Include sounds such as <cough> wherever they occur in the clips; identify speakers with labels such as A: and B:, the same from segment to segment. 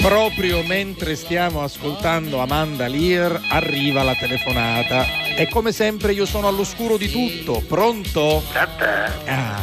A: Proprio mentre stiamo ascoltando Amanda Lear arriva la telefonata. E come sempre io sono all'oscuro di tutto. Pronto?
B: Tata,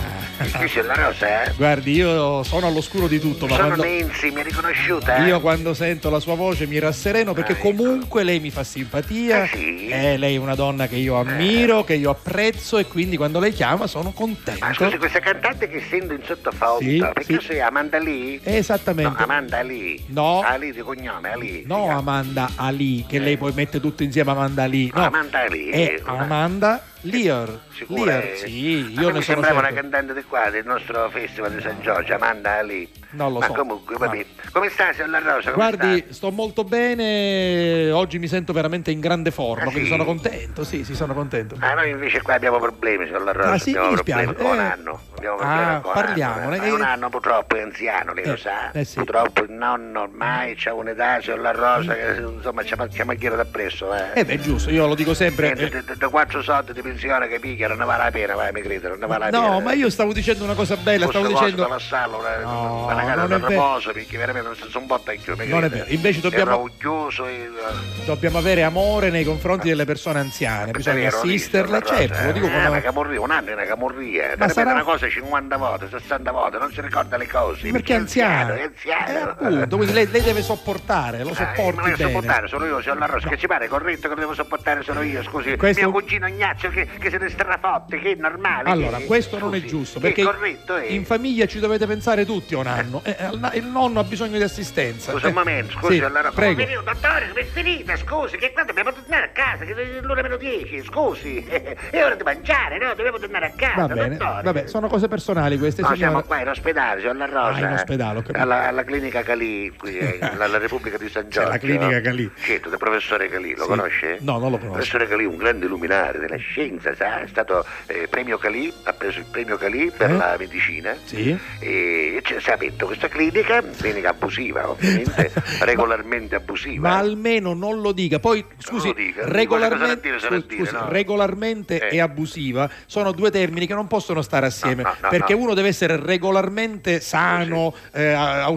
A: Ah,
B: qui c'è la rosa, eh?
A: guardi, io sono all'oscuro di tutto, ma
B: Sono
A: quando,
B: Nenzi, mi hai riconosciuta? eh?
A: io quando sento la sua voce mi rassereno perché
B: Ah, ecco.
A: comunque lei mi fa simpatia.
B: Ah, sì?
A: Eh, lei è una donna che io ammiro, che io apprezzo e quindi quando lei chiama sono contento.
B: Ma Ah, scusi, questa cantante che sento in sottofondo,
A: Sì,
B: perché
A: sì.
B: sei Amanda Lee?
A: Eh,
B: No,
A: Esattamente.
B: Amanda Lee.
A: No.
B: Ali di cognome, Ali.
A: No, Amanda Ali, che lei poi mette tutto insieme Amanda Ali. No,
B: Eh. Amanda Lee.
A: È Eh, Amanda Lear.
B: Sicura,
A: Lear,
B: eh?
A: sì,
B: A
A: io
B: me
A: ne
B: mi
A: sono certo.
B: sembrava una
A: sempre.
B: cantante di qua, del nostro festival di San Giorgio, Amanda Lee.
A: Non lo
B: Ma
A: so.
B: comunque,
A: Ma-
B: vabbè. Come sta, signor La Rosa? Come
A: Guardi,
B: sta?
A: sto molto bene, oggi mi sento veramente in grande forma,
B: Ah,
A: quindi
B: sì?
A: sono contento, sì, sì, sono contento.
B: Ah, noi invece qua abbiamo problemi, signor La Rosa.
A: Ah, sì,
B: abbiamo
A: mi
B: problemi
A: dispiace.
B: con
A: Eh.
B: anno. Abbiamo
A: Ah,
B: problemi con
A: parliamone.
B: anno. È
A: Eh.
B: un anno purtroppo è anziano, lei
A: Eh,
B: lo sa.
A: eh sì.
B: Purtroppo il nonno ormai c'ha un'età, signor La Rosa, che insomma ci ammacchiamo a ghiera da presso, eh.
A: Eh beh, è giusto, io lo dico sempre.
B: Niente,
A: eh,
B: da- da- da quattro soldi di pensione che picchia non ne vale la pena, vai, mi credo, non ne vale la pena.
A: No, ma io stavo dicendo una cosa bella,
B: Questo
A: stavo
B: coso da eh,
A: dicendo...
B: vassallo, una,
A: No,
B: una casa
A: non
B: da
A: è vero.
B: riposo, perché veramente sono un po' vecchio, mi eh.
A: Non è
B: creda.
A: vero, invece
B: È
A: dobbiamo-
B: rauglioso e...
A: Dobbiamo avere amore nei
B: Ah.
A: confronti delle persone anziane, bisogna assisterle, certo, lo dico
B: con una
A: con
B: camorria, un anno è una camorria, Te ne
A: sarà-
B: mette una cosa 50 volte, 60 volte, non si ricorda le cose.
A: Perché è anziano,
B: è
A: Eh,
B: anziano.
A: appunto, quindi lei, lei deve sopportare, lo
B: Ah, ma
A: sopporti
B: devo
A: bene.
B: sopportare solo io, sono la Rosa, che ci pare corretto che lo devo sopportare solo io, scusi.
A: Questo-
B: Mio cugino Ignazio che, che se ne strafotte, che è normale.
A: Allora,
B: che-
A: questo non è
B: scusi,
A: giusto,
B: che
A: perché
B: è corretto, eh.
A: in famiglia ci dovete pensare tutti a un anno. Eh, al- il nonno ha bisogno di assistenza.
B: Scusa
A: Eh,
B: un momento, scusi,
A: sì,
B: allora.
A: prego.
B: Ma venivo, dottore, come è finita? Scusi, che qua dobbiamo tornare a casa, che è l'ora meno 10, scusi. <laughs> È ora di mangiare, no? Dobbiamo tornare a casa,
A: Va bene,
B: dottore.
A: vabbè, sono cose personali queste,
B: No, siamo
A: signora.
B: qua in ospedale, siamo alla Rosa. eh.
A: Ah, in ospedale, ho capito.
B: alla, alla clinica Calì, qui,
A: <laughs>
B: eh, alla, alla Repubblica di San
A: C'è
B: Giorgio.
A: la clinica Calì.
B: Certo, del professore Calì, lo
A: Sì.
B: conosce?
A: No, non lo conosco.
B: Il professore Calì è un grande luminare della scienza, sa? È stato eh, premio Calì, ha preso il premio Calì per
A: Eh?
B: la medicina.
A: Sì.
B: E c'è si è aperto questa clinica, clinica abusiva
A: <laughs>
B: ovviamente, regolarmente abusiva. eh.
A: Ma almeno non lo dica. Poi, scusi,
B: lo dica, cosa da
A: regolarmente,
B: dire, cosa da
A: scusi,
B: dire,
A: scusi,
B: no?
A: regolarmente
B: Eh.
A: e abusiva sono due termini che non possono stare assieme.
B: No, no, no,
A: perché
B: no.
A: uno deve essere regolarmente sano, eh,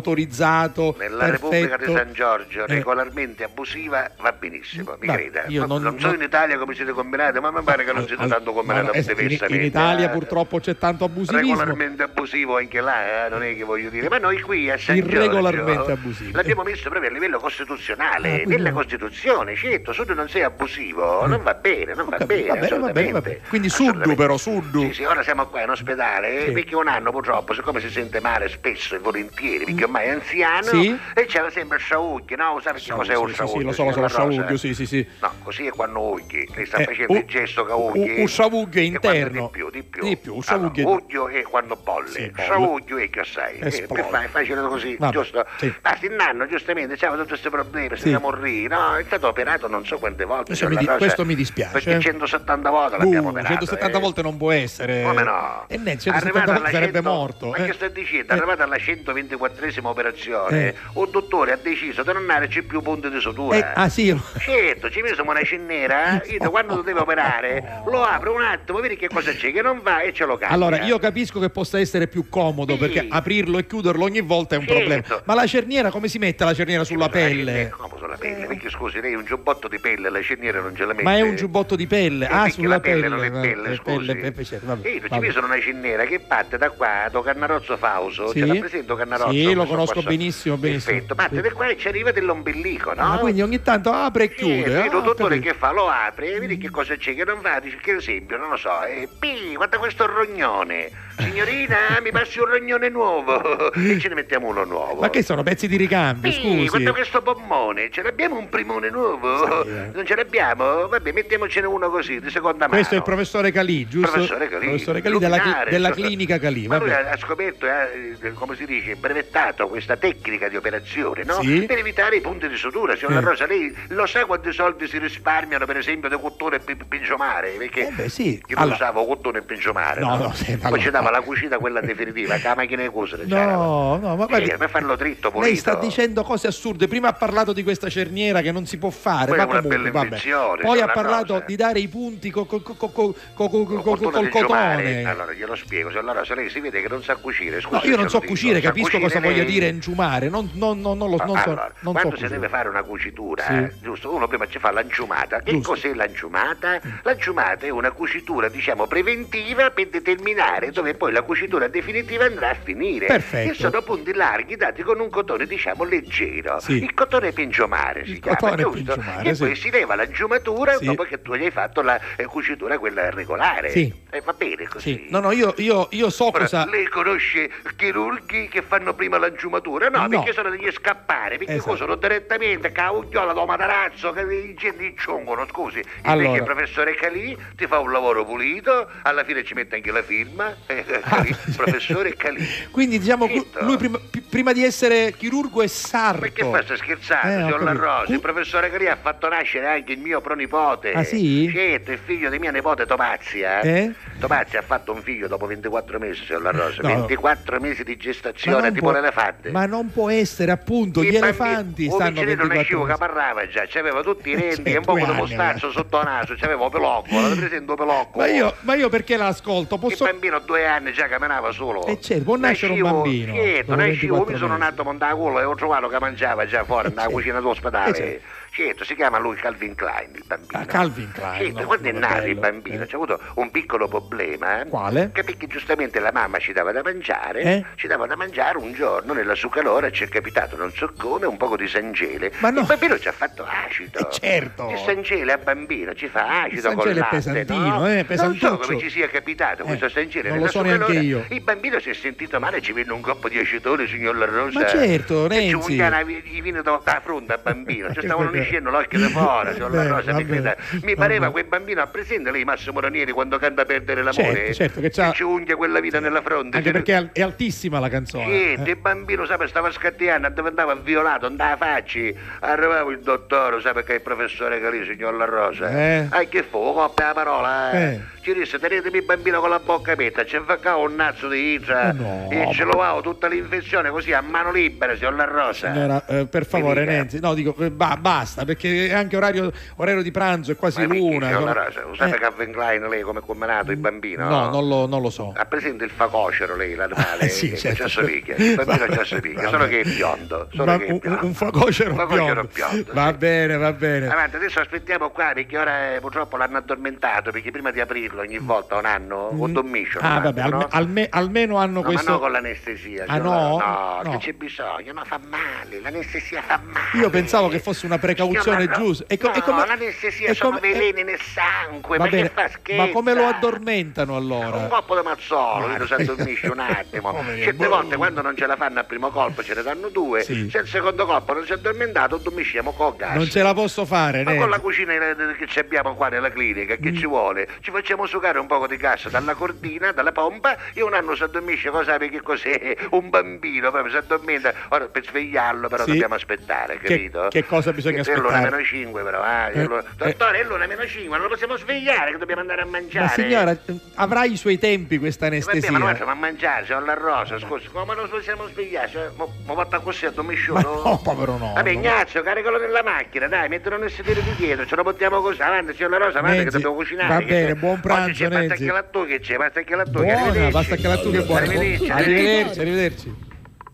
A: autorizzato.
B: Nella
A: perfetto.
B: Repubblica di San Giorgio,
A: Eh,
B: regolarmente abusiva, va benissimo, mi
A: Ma
B: creda.
A: io
B: Ma
A: non-
B: non, so
A: non-
B: in Italia come siete combinati, ma mi pare che non siete
A: al-
B: tanto
A: ma
B: combinati
A: no, eh, in,
B: diversamente.
A: in Italia
B: eh.
A: purtroppo c'è tanto abusivismo.
B: Regolarmente abusivo anche là, eh, non è che voglio dire, ma noi qui a San Giorgio
A: Irregolarmente abusivo.
B: l'abbiamo messo proprio a livello costituzionale,
A: Ah, quindi
B: nella
A: no. Mm.
B: Costituzione, certo, se tu non sei abusivo non va bene, non va
A: capito,
B: bene,
A: va bene, va bene, va
B: assolutamente.
A: bene. Quindi suddu
B: Assolutamente.
A: però, suddu.
B: Sì, sì, ora siamo qua in ospedale, eh,
A: Sì.
B: perché un anno purtroppo, siccome si sente male spesso e volentieri, perché ormai è anziano,
A: Mm. Sì.
B: e c'era sempre il sciauglio, no? Sai perché cos'è un
A: Sì, sì,
B: sciauglio?
A: sì, lo so, lo so, lo
B: signora Rosa?
A: sciauglio, sì, sì, sì.
B: No, così è quando ugli, lei sta
A: Eh,
B: facendo
A: u-
B: il gesto che
A: u-
B: ugli.
A: un sciavuglio
B: E quando
A: interno.
B: Di più, di più.
A: Di più, un sciavuglio
B: Allora,
A: interno.
B: uglio è quando bolle,
A: Sì, bolle.
B: sciavuglio è che assai. Eh,
A: Esplode.
B: per fare, è facile così,
A: Vabbè,
B: giusto?
A: sì.
B: Ma il nanno giustamente c'aveva tutti questi problemi,
A: Sì.
B: si da morire, no? È stato operato non so quante volte.
A: Questo mi
B: sulla
A: di-
B: cosa-
A: questo mi dispiace,
B: Perché
A: eh.
B: 170 volte l'abbiamo
A: Uh,
B: operato.
A: 170
B: eh.
A: volte non può essere.
B: Come no?
A: E ne,
B: Arrivato
A: 170
B: alla
A: volte sarebbe
B: 100
A: morto.
B: Ma
A: eh.
B: che sto dicendo?
A: Eh,
B: Arrivato alla 124esima operazione,
A: Eh.
B: un dottore ha deciso di non darci più punti di sutura.
A: eh, ah Oh. sì,
B: Certo, ci messo una cinnera, eh? io da quando lo devo operare lo apro un attimo, vedi che cosa c'è che non va e ce lo cambia.
A: Allora, io capisco che possa essere più comodo
B: Sì.
A: perché aprirlo e chiuderlo ogni volta è un
B: Certo.
A: problema. Ma la cerniera come si mette la cerniera sulla
B: Eh,
A: pelle? Eh,
B: come sulla pelle? Perché scusi, lei è un giubbotto di pelle, la cerniera non ce la mette.
A: Ma è un giubbotto di pelle.
B: Eh,
A: Ah,
B: perché
A: sulla
B: la pelle,
A: pelle.
B: non è
A: va-
B: pelle,
A: eh,
B: scusi.
A: pelle, eh, certo, vabbè,
B: Io ci
A: vabbè.
B: misero una cinnera che parte da qua, da Cannarozzo Fauso,
A: Sì.
B: ce la presento Cannarozzo.
A: Sì, lo
B: questo
A: conosco
B: qua, so-
A: benissimo, benissimo.
B: Perfetto, parte
A: Sì.
B: da qua e ci arriva dell'ombelico, no?
A: Ah, quindi ogni tanto apre e
B: Sì,
A: chiude.
B: sì,
A: ah,
B: lo
A: ho
B: dottore
A: capito.
B: che fa? Lo apre e vedi che cosa c'è che non va, dice che esempio, non lo so, e pi, guarda questo rognone. Signorina, mi passi un rognone
A: <laughs>
B: nuovo e ce ne mettiamo uno nuovo.
A: Ma che sono pezzi di ricambio,
B: Sì,
A: scusi.
B: guarda questo bombone, ce l'abbiamo un primone nuovo?
A: Sì, eh.
B: Non ce l'abbiamo? Vabbè, mettiamocene uno così, di seconda mano.
A: Questo è il professore Calì, giusto?
B: Professore Calì,
A: Professore Calì della, chi-
B: luminare,
A: della
B: insomma.
A: clinica Calì.
B: Ma lui
A: vabbè.
B: ha ha scoperto, eh, eh, come si dice, brevettato questa tecnica di operazione, no?
A: Sì.
B: Per evitare i punti di sutura. Signora
A: Eh.
B: Rosa, lei lo sa quanti soldi si risparmiano, per esempio, da cottone e pi- pi- pingiomare? Perché
A: Eh beh, sì.
B: io
A: Allora-
B: usavo cottone e pingiomare,
A: No,
B: no?
A: no, sì, ma
B: Poi
A: allora-
B: ci dava la cucina quella definitiva, <laughs> che la macchina di cosere. c'era.
A: No, no, ma
B: Sì,
A: guardi,
B: per farlo dritto, pulito.
A: lei sta dicendo cose assurde. Prima ha parlato di questa questa cerniera che non si può fare.
B: Quella
A: ma
B: è una
A: comunque,
B: bella
A: vabbè.
B: invenzione,
A: Poi
B: cioè,
A: ha
B: una
A: parlato
B: cosa.
A: di dare i punti co- co- co- co- co- co- co- co-
B: Opportuno
A: col
B: di giocare.
A: cotone.
B: Allora glielo spiego, se allora se lei si vede che non sa cucire, scusa.
A: No, io non
B: se
A: so
B: lo dico,
A: cucire,
B: sa
A: capisco cosa
B: cucire
A: voglia
B: lei?
A: dire enciumare, non, non, non, non lo non so.
B: allora,
A: non so
B: quando si
A: cucire.
B: deve fare una cucitura,
A: Sì.
B: eh, giusto, uno prima ci fa l'anciumata. Che
A: Giusto.
B: cos'è l'anciumata? L'anciumata è una cucitura, diciamo, preventiva per determinare dove poi la cucitura definitiva andrà a finire.
A: Perfetto.
B: Che sono punti larghi dati con un cotone, diciamo, leggero.
A: Sì.
B: Il cotone pingiomare si
A: Il
B: chiama,
A: cotone
B: giusto?
A: pingiomare,
B: e
A: sì.
B: poi si leva l'anciumatura
A: Sì.
B: dopo che tu gli hai fatto la eh, cucitura quella regolare.
A: Sì.
B: Eh, va bene così.
A: Sì. No, no, io, io, io so
B: Ora,
A: cosa.
B: Lei conosce chirurghi che fanno prima l'anciumatura? No,
A: No.
B: perché sono degli scappare, perché
A: Esatto.
B: usano direttamente caugliola da matarazzo che i geni ciongono, scusi. Invece
A: Allora.
B: il professore Calì ti fa un lavoro pulito, alla fine ci mette anche la firma. eh, Calì, professore Calì.
A: Ah, Quindi diciamo cu-
B: Zitto.
A: lui prima, pi- prima di essere chirurgo è sarto.
B: Perché fa sta scherzando,
A: Eh, ho
B: signor La
A: capito.
B: Rosa? Il
A: Cu-
B: professore Calì ha fatto nascere anche il mio pronipote.
A: Ah, sì?
B: Certo, il figlio di mia nipote Tomazia.
A: Eh?
B: Tomazia ha fatto un figlio dopo 24 mesi, signor La Rosa.
A: No.
B: 24 mesi di
A: Ma
B: gestazione,
A: non,
B: tipo
A: può,
B: l'elefante.
A: ma non può essere appunto
B: I
A: gli
B: bambini-
A: elefanti stanno
B: Un vicino
A: 24
B: nascivo che
A: mesi.
B: parlava già, c'aveva tutti i denti
A: Cioè,
B: e un po'
A: due
B: di
A: anni,
B: mostaccio
A: guarda.
B: sotto naso, cioè, c'aveva pelocco, lo presento pelocco.
A: ma, io, ma io perché l'ascolto?
B: Il
A: Posso...
B: bambino a due anni già camminava solo.
A: Eh, certo, può nascere un
B: Nascivo-
A: bambino
B: Certo,
A: dopo
B: nascivo, mi
A: 24
B: sono
A: mesi.
B: nato con la culla e ho trovato che mangiava già fuori
A: Eh,
B: nella
A: certo.
B: cucina
A: Eh,
B: d'ospedale.
A: certo.
B: Certo, si chiama lui Calvin Klein il bambino.
A: Ah, Calvin Klein,
B: Certo,
A: no,
B: quando è
A: quello
B: nato il
A: bello,
B: bambino cioè,
A: eh.
B: c'è avuto un piccolo problema. eh,
A: Quale?
B: Che perché giustamente la mamma ci dava da mangiare,
A: Eh?
B: ci dava da mangiare un giorno nella sua calora ci è capitato non so come un poco di sangele.
A: Ma no.
B: Il bambino ci ha fatto acido.
A: <laughs> Eh, certo.
B: Il sangele a bambino ci fa acido
A: Il
B: con
A: sangele
B: il
A: è
B: latte,
A: pesantino,
B: no?
A: eh,
B: Non so
A: pesantuccio.
B: come ci sia capitato
A: Eh,
B: questo sangele
A: non lo
B: nella
A: so
B: sua
A: neanche
B: calora.
A: io.
B: Il bambino si è sentito male, ci venne un coppo di acetone, signor La Rosa.
A: Ma certo,
B: E ci
A: Renzi.
B: pugnala- gli viene da, da fronte al bambino, ci
A: <laughs> Che
B: stavano
A: bello.
B: lisciando l'occhio da fuori, signor La
A: Beh,
B: Rosa, mi,
A: vabbè,
B: creda. mi pareva
A: vabbè.
B: quel bambino ha presente lei Massimo Ranieri quando canta a perdere l'amore.
A: Certo, certo, che c'ha-
B: ci unghia quella vita nella fronte.
A: Anche
B: cioè-
A: perché è al- è altissima la canzone. Eh.
B: Niente, il bambino sapeva stava scattiando, diventava violato, andava a facci. Arrivava il dottore, sapeva che è il professore Calì, signor La Rosa.
A: Eh.
B: Ah, che fu? Coppia la parola, eh.
A: Eh.
B: Ci disse, tenetemi il bambino con la bocca aperta, ci facava un nazzo di izza.
A: Ma Eh, no,
B: E ce
A: ma-
B: loavo tutta l'infezione così a mano libera, signor La Rosa.
A: Allora, eh, per favore,
B: Certo. Mi dica.
A: Renzi, no, dico eh, ba- basta perché è anche orario, orario di pranzo è quasi
B: Ma mi dica,
A: l'una.
B: signor La
A: sono-
B: Rosa, lo sapeva
A: Eh, Mm.
B: Calvin Klein lei come è combinato il bambino?
A: No, non lo, non lo so.
B: Ha presente il facocero lei, l'animale?
A: <laughs> Ah, sì,
B: che
A: certo.
B: ci assomiglia, il bambino ci assomiglia, solo
A: Vabbè.
B: che è biondo. Solo
A: Ma
B: che è
A: un,
B: biondo.
A: un facocero
B: Facocero
A: biondo.
B: biondo,
A: Va
B: sì. Ah,
A: bene, va bene.
B: Avanti, adesso aspettiamo qua perché ora eh, purtroppo l'hanno addormentato perché prima di aprirlo ogni volta un anno o dormisce.
A: Mm. ah, vabbè, alme- alme- almeno hanno questo.
B: Ma no con l'anestesia.
A: Ah,
B: signora,
A: no?
B: No,
A: No.
B: che c'è bisogno, ma fa male, l'anestesia fa male.
A: Io pensavo che fosse una precauzione
B: Signora, no.
A: giusta. E co-
B: no,
A: e come-
B: l'anestesia
A: e
B: sono
A: come-
B: veleni nel sangue,
A: Va
B: ma
A: bene,
B: che fa scherzo?
A: ma come lo addormentano allora?
B: Un coppo di mazzolo,
A: Ma-
B: che lo sa dormisce un
A: <laughs>
B: attimo.
A: Poverino,
B: Certe
A: boh.
B: volte quando non ce la fanno al primo colpo ce ne danno due,
A: Sì.
B: se il secondo colpo non si è addormentato dormisciamo con gas.
A: Non ce la posso fare,
B: Ma
A: Renzi.
B: con la cucina eh, che ci abbiamo qua nella clinica,
A: Mm.
B: che ci vuole? Ci facciamo sucare un poco di gas dalla cordina, dalla pompa e un anno si addormisce, cosa sai che cos'è? <laughs> Un bambino proprio si addormenta. Ora per svegliarlo però
A: Sì.
B: dobbiamo aspettare,
A: Che-
B: capito?
A: che cosa bisogna
B: Perché È l'una
A: aspettare?
B: meno 5 però, eh, è
A: Eh,
B: l'una-
A: eh.
B: Dottore, è l'una meno 5, non lo possiamo svegliare che dobbiamo andare a mangiare.
A: Ma signora, eh, avrà i suoi tempi questa
B: Eh, Vabbè, ma non facciamo
A: anestesia.
B: a mangiare, c'ho la rosa, scusa, come non possiamo svegliare? Cioè, mo, mo fatta così a
A: Ma
B: domicilio.
A: no, povero no.
B: Vabbè, Ignazio, caricalo nella macchina, dai, mettilo nel sedere di dietro, ce lo portiamo così, avanti, signor La Rosa, avanti che
A: Nenzi,
B: dobbiamo cucinare.
A: va
B: che
A: bene,
B: c'è-
A: buon pranzo,
B: Oggi c'è pasta
A: Nenzi.
B: che lattù che c'è, pasta che lattù che
A: Buona,
B: arrivederci.
A: basta che la tua che è buona.
B: Arrivederci,
A: Arrivederci, arrivederci.